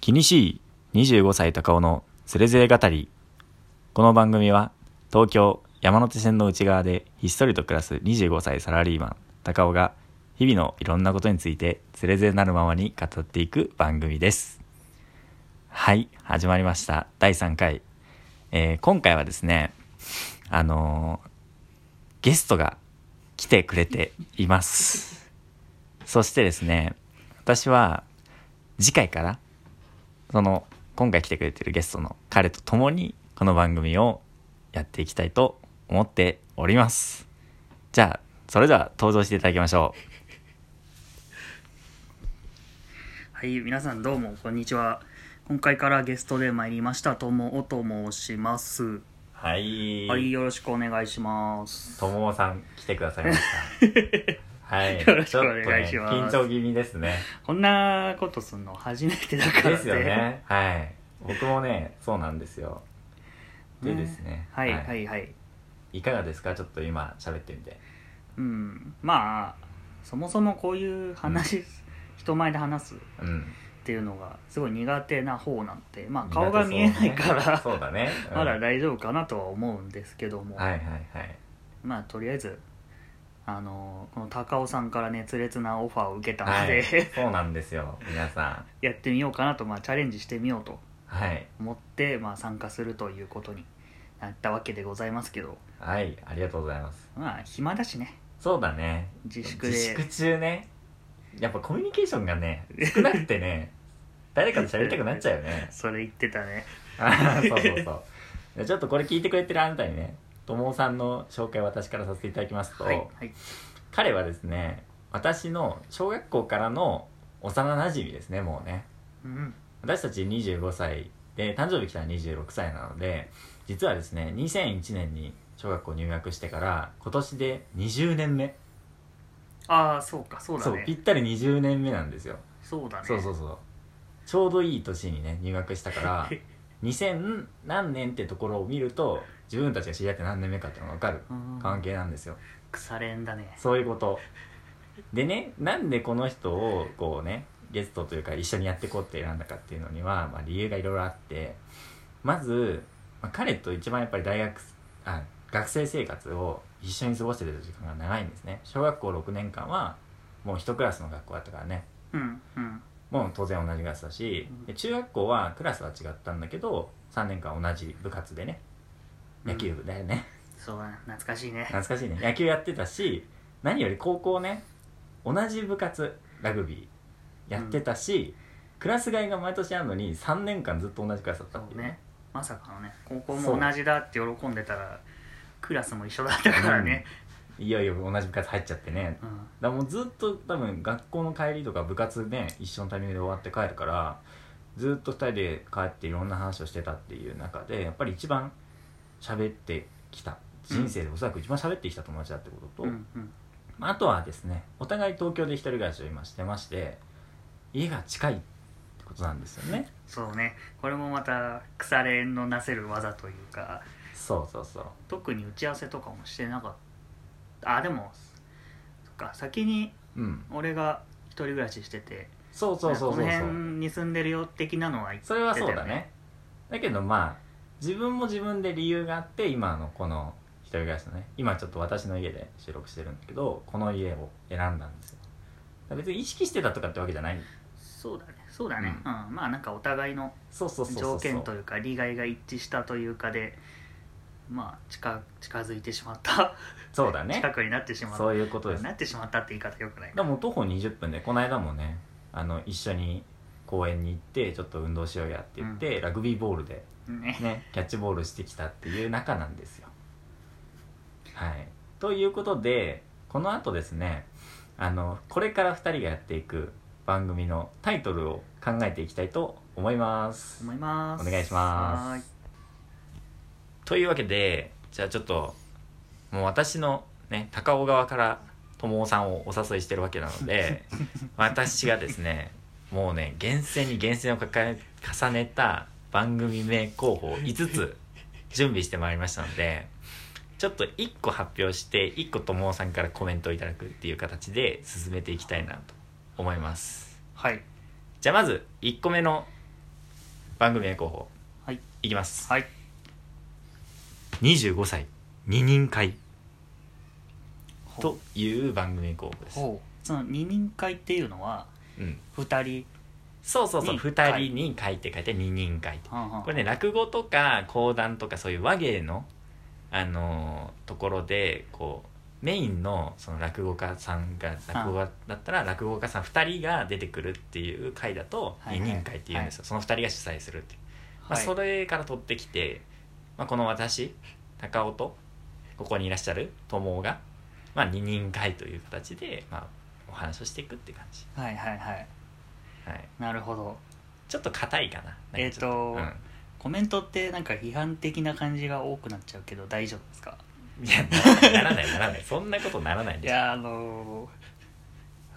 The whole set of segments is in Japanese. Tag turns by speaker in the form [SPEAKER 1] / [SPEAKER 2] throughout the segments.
[SPEAKER 1] 気にしい25歳高尾のズレズレ語りこの番組は東京山手線の内側でひっそりと暮らす25歳サラリーマン高尾が日々のいろんなことについてズレズレなるままに語っていく番組ですはい始まりました第3回、えー今回はですねあのーゲストが来てくれていますそしてですね私は次回からその今回来てくれてるゲストの彼と共にこの番組をやっていきたいと思っておりますじゃあそれでは登場していただきましょ
[SPEAKER 2] はい、皆さんどうも、こんにちは。今回からゲストで参りました、ともおと申します。
[SPEAKER 1] うはい
[SPEAKER 2] はい、よろしくお願いします。
[SPEAKER 1] ともおさん来てくださいました はい
[SPEAKER 2] よろしくお願いします
[SPEAKER 1] ちょっとね緊張気味ですね
[SPEAKER 2] こんなことすんの初めてだから
[SPEAKER 1] ですよ ねはい僕もねそうなんですよでですね
[SPEAKER 2] はい、はい、はい。
[SPEAKER 1] いかがですかちょっと今喋ってみて
[SPEAKER 2] うん、まあ、そもそもこういう話、人前で話すっ
[SPEAKER 1] うん
[SPEAKER 2] ていうのがすごい苦手な方なんで、まあ、
[SPEAKER 1] 苦手
[SPEAKER 2] 顔が見えないから、
[SPEAKER 1] そうだね
[SPEAKER 2] まだ
[SPEAKER 1] ね、
[SPEAKER 2] 大丈夫かなとは思うんですけども、
[SPEAKER 1] うんはいはいはい
[SPEAKER 2] まあ、とりあえず、あのこの高尾さんから熱烈なオファーを受けたの
[SPEAKER 1] は
[SPEAKER 2] で、
[SPEAKER 1] い、そうなんですよ皆さん
[SPEAKER 2] やってみようかなと、まあ、チャレンジしてみようと
[SPEAKER 1] はい
[SPEAKER 2] 思って、まあ、参加するということになったわけでございますけど
[SPEAKER 1] はいありがとうございます
[SPEAKER 2] まあ暇だしね
[SPEAKER 1] そうだね
[SPEAKER 2] 自粛で
[SPEAKER 1] 自粛中ねやっぱコミュニケーションがね少なくて ね誰かと喋りたくなっちゃうよね
[SPEAKER 2] それ言ってたね
[SPEAKER 1] あーそうそうそうでちょっとこれ聞いてくれてるあなたにね友さんの紹介を私からさせていただきますと、
[SPEAKER 2] はい、はい、
[SPEAKER 1] 彼はですね私の小学校からの幼なじみですねもうね
[SPEAKER 2] うん
[SPEAKER 1] 私たち25歳で誕生日来たら26歳なので実はですね2001年に小学校入学してから今年で20年目
[SPEAKER 2] ああそうかそうだ
[SPEAKER 1] そうぴ
[SPEAKER 2] ね
[SPEAKER 1] ったり20年目なんですよ
[SPEAKER 2] そうだね
[SPEAKER 1] そうそうそうちょうどいい年にね入学したから 2000何年ってところを見ると自分たちが知り合って何年目かっていうのが分かる
[SPEAKER 2] うん
[SPEAKER 1] 関係なんですよ
[SPEAKER 2] 腐れんだね
[SPEAKER 1] そういうことでねなんでこの人をこうねゲストというか一緒にやっていこうって選んだかっていうのには、まあ、理由がいろいろあってまず、まあ、彼と一番やっぱり大学あ学生生活を一緒に過ごしてた時間が長いんですね小学校6年間はもう一クラスの学校だったからね
[SPEAKER 2] うんうん
[SPEAKER 1] もう当然同じクラスだし、
[SPEAKER 2] うん
[SPEAKER 1] で中学校はクラスは違ったんだけど3年間同じ部活でね野球部だよね、
[SPEAKER 2] そうだね懐かしいね
[SPEAKER 1] 懐かしいね野球やってたし何より高校ね同じ部活ラグビーやってたし、クラス替えが毎年あるのに3年間ずっと同じクラスだった
[SPEAKER 2] そ
[SPEAKER 1] っていうう
[SPEAKER 2] ねまさかのね高校
[SPEAKER 1] そう
[SPEAKER 2] も同じだって喜んでたらクラスも一緒だったからね、
[SPEAKER 1] いよいよ同じ部活入っちゃってね
[SPEAKER 2] うん
[SPEAKER 1] だからもうずっと多分学校の帰りとか部活ね一緒のタイミングで終わって帰るからずっと2人で帰っていろんな話をしてたっていう中でやっぱり一番喋ってきた人生でおそらく一番喋ってきた友達だってことと、
[SPEAKER 2] うんうん
[SPEAKER 1] まあ、あとはですねお互い東京で一人暮らしを今してまして家が近いってことなんですよね
[SPEAKER 2] そうねこれもまた腐れんのなせる技というか
[SPEAKER 1] そうそうそう
[SPEAKER 2] 特に打ち合わせとかもしてなかったあでもそっか先に
[SPEAKER 1] うん
[SPEAKER 2] 俺が一人暮らししてて
[SPEAKER 1] そうそうそうそうそ
[SPEAKER 2] この辺
[SPEAKER 1] う
[SPEAKER 2] に住んでるよ的なのは言って
[SPEAKER 1] そ
[SPEAKER 2] た
[SPEAKER 1] れ
[SPEAKER 2] よ
[SPEAKER 1] はそうだねだけどまあ自分も自分で理由があって今のこの一人暮らしのね今ちょっと私の家で収録してるんだけどこの家を選んだんですよだから別に意識してたとかってわけじゃない
[SPEAKER 2] そうだねそうだね
[SPEAKER 1] う
[SPEAKER 2] うん、まあなんかお互いの
[SPEAKER 1] そうそうそうそうそ
[SPEAKER 2] 条
[SPEAKER 1] う
[SPEAKER 2] 件というか利害が一致したというかでまあ近近づいてしまった、
[SPEAKER 1] そうだね
[SPEAKER 2] 近くになってしまった
[SPEAKER 1] そういうことです
[SPEAKER 2] なってしまったって言い方よくない
[SPEAKER 1] でも徒歩20分でこの間もねあの一緒に公園に行ってちょっと運動しようやって言って、ラグビーボールで、
[SPEAKER 2] ね
[SPEAKER 1] ね、キャッチボールしてきたっていう仲なんですよ。はい、ということでこのあとですねあのこれから2人がやっていく番組のタイトルを考えていきたいと思います。
[SPEAKER 2] 思います
[SPEAKER 1] お願いします
[SPEAKER 2] はい
[SPEAKER 1] というわけでじゃあちょっともう私のね高尾側から友さんをお誘いしてるわけなの で私がですねもうね厳選に厳選をかか重ねた番組名候補を5つ準備してまいりましたのでちょっと1個発表して1個友さんからコメントをいただくっていう形で進めていきたいなと思います
[SPEAKER 2] はい
[SPEAKER 1] じゃあまず1個目の番組名候補
[SPEAKER 2] はい
[SPEAKER 1] いきます、
[SPEAKER 2] はい
[SPEAKER 1] 25歳二人会
[SPEAKER 2] ほう
[SPEAKER 1] という番組候補です、
[SPEAKER 2] ほうその二人会っていうのは
[SPEAKER 1] うん、
[SPEAKER 2] 二人
[SPEAKER 1] そうそうそう
[SPEAKER 2] に
[SPEAKER 1] 2人に会って書いて二人会って
[SPEAKER 2] はんはん
[SPEAKER 1] これね落語とか講談とかそういう和芸の、あのーところでこうメインのその落語家さんが落語家だったら落語家さん2人が出てくるっていう会だと
[SPEAKER 2] はい
[SPEAKER 1] 二
[SPEAKER 2] はい
[SPEAKER 1] 人会っていうんですよ、その2人が主催するっていう、まあ、
[SPEAKER 2] はい
[SPEAKER 1] それから取ってきて、まあ、この私高尾とここにいらっしゃる友が、まあ、二人会という形で、まあ、お話をしていくって感じ、
[SPEAKER 2] はいはいはい
[SPEAKER 1] はい、
[SPEAKER 2] なるほど
[SPEAKER 1] ちょっと硬いかななんかちょ
[SPEAKER 2] えーと
[SPEAKER 1] うん
[SPEAKER 2] コメントってなんか批判的な感じが多くなっちゃうけど大丈夫ですか
[SPEAKER 1] いや、 ならない、ならない。そんなことならないん
[SPEAKER 2] い
[SPEAKER 1] ですよ。
[SPEAKER 2] やあのー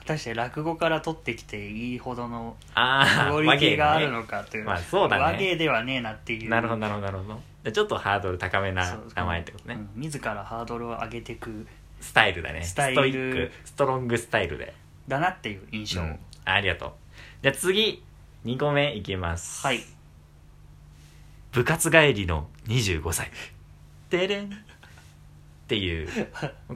[SPEAKER 2] 果たして落語から取ってきていいほどの
[SPEAKER 1] ああ、
[SPEAKER 2] クオ
[SPEAKER 1] 和
[SPEAKER 2] リテ
[SPEAKER 1] 芸
[SPEAKER 2] ィ がある
[SPEAKER 1] ね。
[SPEAKER 2] のかという,、
[SPEAKER 1] まあそうだね
[SPEAKER 2] 和芸ではねえなっていう
[SPEAKER 1] なるほど、なるほど、なるほどで。ちょっとハードル高めな
[SPEAKER 2] そう
[SPEAKER 1] 名前ってことね。
[SPEAKER 2] うん自らハードルを上げていく
[SPEAKER 1] スタイルだね。
[SPEAKER 2] ス
[SPEAKER 1] ス
[SPEAKER 2] タ
[SPEAKER 1] ト
[SPEAKER 2] イ
[SPEAKER 1] イ
[SPEAKER 2] ル
[SPEAKER 1] ック、ストロングスタイルで。
[SPEAKER 2] だなっていう印象、
[SPEAKER 1] うんありがとう。じゃあ次、2個目いきます。
[SPEAKER 2] はい。
[SPEAKER 1] 部活帰りの25歳。てれん。っていう。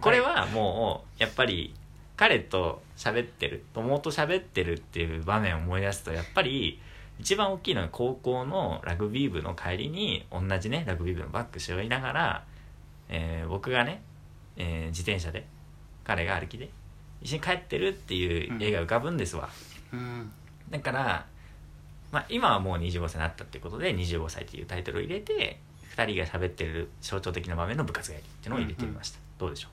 [SPEAKER 1] これはもう、やっぱり、彼と喋ってる、友と喋ってるっていう場面を思い出すと、やっぱり、一番大きいのは高校のラグビー部の帰りに、同じね、ラグビー部のバック背負いながら、えー僕がね、えー自転車で、彼が歩きで、一緒に帰ってるっていう絵が浮かぶんですわ。
[SPEAKER 2] うん
[SPEAKER 1] だから、まあ、今はもう25歳になったってことで「25歳」っていうタイトルを入れて2人が喋ってる象徴的な場面の部活帰りっていうのを入れてみました、どうでしょ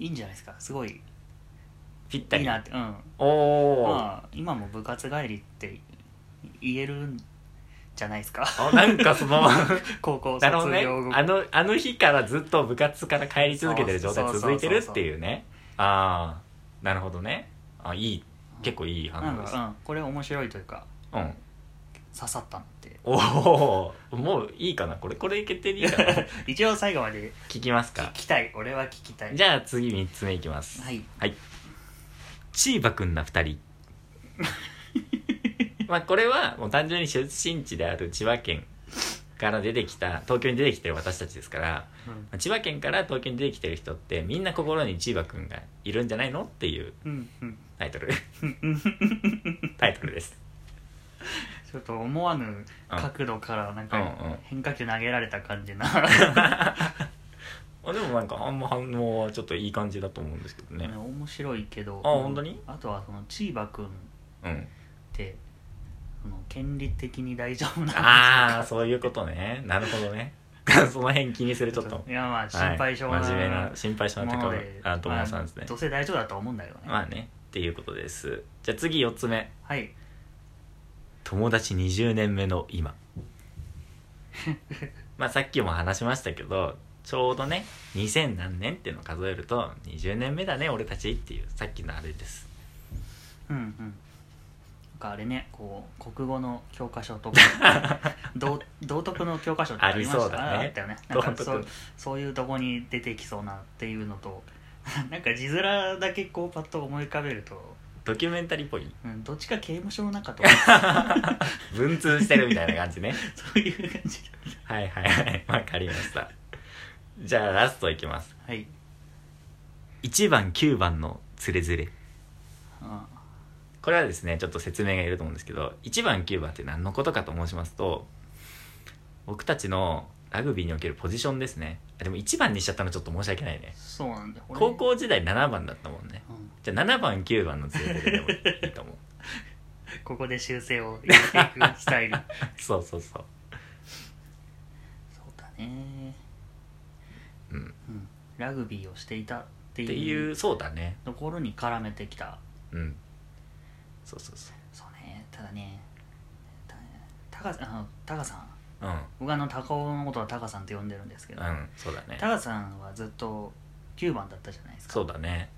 [SPEAKER 1] う
[SPEAKER 2] いいんじゃないですかすごい
[SPEAKER 1] ぴった
[SPEAKER 2] いい
[SPEAKER 1] り
[SPEAKER 2] なってうん
[SPEAKER 1] おおー、
[SPEAKER 2] まあ今も部活帰りって言えるんじゃないですか
[SPEAKER 1] あなんかその
[SPEAKER 2] 高校
[SPEAKER 1] なるほど
[SPEAKER 2] 卒
[SPEAKER 1] ね
[SPEAKER 2] 業後
[SPEAKER 1] あのあの日からずっと部活から帰り続けてる状態
[SPEAKER 2] そうそうそう
[SPEAKER 1] 続いてるっていうねああなるほどねあいい結構いい
[SPEAKER 2] な
[SPEAKER 1] 反応
[SPEAKER 2] ん
[SPEAKER 1] です
[SPEAKER 2] か、うん、これ面白いというか
[SPEAKER 1] うん
[SPEAKER 2] 刺さったのって
[SPEAKER 1] おおーもういいかなこれこれ決定でいいか な
[SPEAKER 2] 一応最後まで
[SPEAKER 1] 聞きます
[SPEAKER 2] 聞
[SPEAKER 1] か
[SPEAKER 2] きたい俺は聞きたい
[SPEAKER 1] じゃあ次3つ目いきます
[SPEAKER 2] はい
[SPEAKER 1] はい。チーバくんな二 人。まあこれはもう単純に出身地である千葉県から出てきた、東京に出てきてる私たちですから、
[SPEAKER 2] うん
[SPEAKER 1] まあ千葉県から東京に出てきてる人ってみんな心に千葉くんがいるんじゃないのっていう
[SPEAKER 2] うんうん
[SPEAKER 1] タイト ル。タイトルです。
[SPEAKER 2] ちょっと思わぬ角度から
[SPEAKER 1] う
[SPEAKER 2] なん
[SPEAKER 1] んう
[SPEAKER 2] か
[SPEAKER 1] ん。
[SPEAKER 2] 変化球投げられた感じな
[SPEAKER 1] あでもなんかあんま反応はちょっといい感じだと思うんですけどね。
[SPEAKER 2] 面白いけど
[SPEAKER 1] あ本当に
[SPEAKER 2] あとはそのチーバくんっ
[SPEAKER 1] うん。
[SPEAKER 2] てその権利的に大丈夫なんです
[SPEAKER 1] ああ、そういうことね。なるほどね。 その辺気にするちょっと。
[SPEAKER 2] いやまあ心配性
[SPEAKER 1] はい、真面目な心配性な
[SPEAKER 2] も
[SPEAKER 1] 高
[SPEAKER 2] の
[SPEAKER 1] 尾
[SPEAKER 2] で
[SPEAKER 1] あ友さんですね
[SPEAKER 2] まあどうせ大丈夫だと思うんだけどね、
[SPEAKER 1] まあねっていうことですじゃあ次4つ目
[SPEAKER 2] はい
[SPEAKER 1] 友達20年目の今まあさっきも話しましたけどちょうどね2000何年っていうのを数えると20年目だね俺たちっていうさっきのあれです
[SPEAKER 2] うんうんなんかあれねこう国語の教科書とか 道道徳の教科書ってありました
[SPEAKER 1] ありそうだね
[SPEAKER 2] あったよねなんか
[SPEAKER 1] 道
[SPEAKER 2] そう
[SPEAKER 1] 徳
[SPEAKER 2] そういうとこに出てきそうなっていうのと なんか字面だけこうパッと思い浮かべると、
[SPEAKER 1] ドキュメンタリーっぽい
[SPEAKER 2] うん、どっちか刑務所の中 とか
[SPEAKER 1] 文通してるみたいな感じね
[SPEAKER 2] そういう感じ
[SPEAKER 1] はいはいはいわかりましたじゃあラストいきます
[SPEAKER 2] はい、
[SPEAKER 1] 1番9番のつれづれ
[SPEAKER 2] うん
[SPEAKER 1] これはですねちょっと説明がいると思うんですけど1番9番って何のことかと申しますと僕たちのラグビーにおけるポジションですねあでも1番にしちゃったのちょっと申し訳ないね
[SPEAKER 2] そうなんだ俺
[SPEAKER 1] 高校時代7番だったもんね
[SPEAKER 2] うん
[SPEAKER 1] じゃあ7番9番の強いでもいいと思う
[SPEAKER 2] ここで修正を入れていくス タイル
[SPEAKER 1] そうそうそう
[SPEAKER 2] そうだね
[SPEAKER 1] うん
[SPEAKER 2] うんラグビーをしていたって
[SPEAKER 1] って
[SPEAKER 2] い
[SPEAKER 1] いううそうだね
[SPEAKER 2] ところに絡めてきた
[SPEAKER 1] うんそうそうそ
[SPEAKER 2] そうねただねたタカあのタカさん
[SPEAKER 1] ううん
[SPEAKER 2] 僕あの高尾のことはタカさんって呼んでるんですけど、
[SPEAKER 1] うんそうだね
[SPEAKER 2] タカさんはずっと9番だったじゃないですか
[SPEAKER 1] そうだね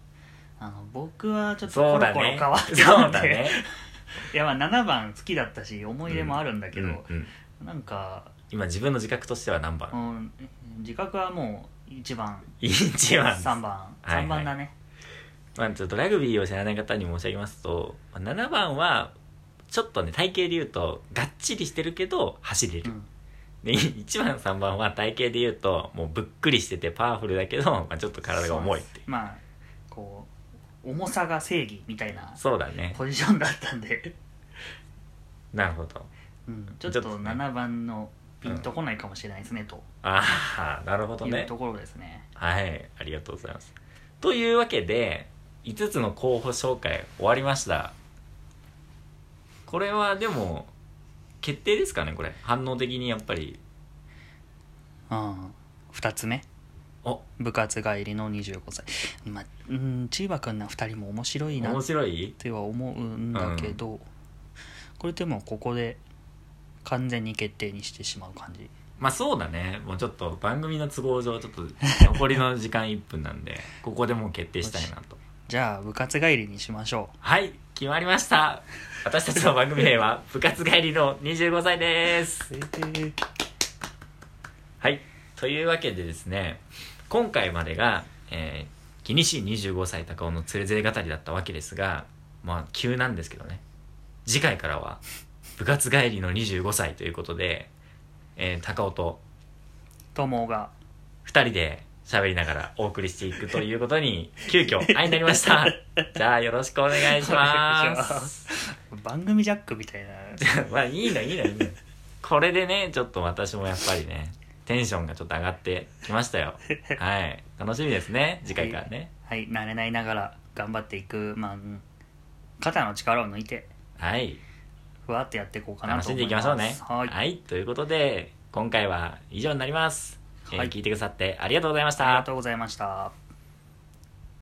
[SPEAKER 2] あの僕はちょっと
[SPEAKER 1] そ
[SPEAKER 2] コ
[SPEAKER 1] う
[SPEAKER 2] ロ
[SPEAKER 1] だ
[SPEAKER 2] コロ
[SPEAKER 1] ね
[SPEAKER 2] 変わってた
[SPEAKER 1] そ
[SPEAKER 2] ん
[SPEAKER 1] う
[SPEAKER 2] で
[SPEAKER 1] だね
[SPEAKER 2] いやまあ7番好きだったし思い入れもあるんだ けど、
[SPEAKER 1] うんうん
[SPEAKER 2] なんか、
[SPEAKER 1] 今自分の自覚としては何
[SPEAKER 2] う
[SPEAKER 1] 番
[SPEAKER 2] ん、自覚はもう1番
[SPEAKER 1] ?1 番
[SPEAKER 2] 3番
[SPEAKER 1] はいはい
[SPEAKER 2] 3番だね、
[SPEAKER 1] まあ、ちょっとラグビーを知らない方に申し上げますと、まあ7番はちょっとね体型で言うとがっちりしてるけど走れ
[SPEAKER 2] う
[SPEAKER 1] る、
[SPEAKER 2] ん
[SPEAKER 1] で1番3番は体型で言うともうぶっくりしててパワフルだけど、 まあ、ちょっと体が重いっていう
[SPEAKER 2] そうなんですまあこう重さが正義みたいな
[SPEAKER 1] そうだね
[SPEAKER 2] ポジションだったんで、
[SPEAKER 1] なるほど
[SPEAKER 2] うん、
[SPEAKER 1] ち
[SPEAKER 2] ちょ
[SPEAKER 1] ょ
[SPEAKER 2] っ
[SPEAKER 1] っと
[SPEAKER 2] と7番のピンとこないかもしれないですね、と
[SPEAKER 1] ああなるほど
[SPEAKER 2] いう
[SPEAKER 1] ね
[SPEAKER 2] ところですね
[SPEAKER 1] はいありがとうございますというわけで5つの候補紹介終わりましたこれはでも決定ですかねこれ反応的にやっぱり
[SPEAKER 2] うん2つ目
[SPEAKER 1] お
[SPEAKER 2] 部活帰りの25歳まあうん千葉君の2人も面白いな
[SPEAKER 1] 面
[SPEAKER 2] っ
[SPEAKER 1] 白い
[SPEAKER 2] ては思うんだけど、これでもここで完全に決定にしてしまう感じ
[SPEAKER 1] まあそうだねもうちょっと番組の都合上ちょっと残りの時間1分なんでここでもう決定したいなと
[SPEAKER 2] じゃあ部活帰りにしましょう
[SPEAKER 1] はい決まりました私たちの番組名は部活帰りの25歳ですはいというわけでですね今回までが、えー、気にしい25歳高尾のつれづれ語りだったわけですがまあ急なんですけどね次回からは部活帰りの25歳ということで、えー、高尾と
[SPEAKER 2] 友が
[SPEAKER 1] 2人で喋りながらお送りしていくということに急遽愛になりました じゃあよろしくお願いし
[SPEAKER 2] お願いし
[SPEAKER 1] ま
[SPEAKER 2] ます番組ジャックみたいな
[SPEAKER 1] まあいいのいいのいいのこれでねちょっと私もやっぱりねテンションがちょっと上がってきましたよはい楽しみですね次回からね
[SPEAKER 2] はい慣れないながら頑張っていくまあうん肩の力を抜いて
[SPEAKER 1] はい
[SPEAKER 2] ふわっとやっていこうかな
[SPEAKER 1] 楽し
[SPEAKER 2] と
[SPEAKER 1] ん
[SPEAKER 2] 思
[SPEAKER 1] で
[SPEAKER 2] い
[SPEAKER 1] い
[SPEAKER 2] ま
[SPEAKER 1] き
[SPEAKER 2] す
[SPEAKER 1] ましょうね
[SPEAKER 2] はい、
[SPEAKER 1] ということで今回は以上になります、えー
[SPEAKER 2] はい
[SPEAKER 1] 聞いてくださってありがとうございました、
[SPEAKER 2] ありがとうございました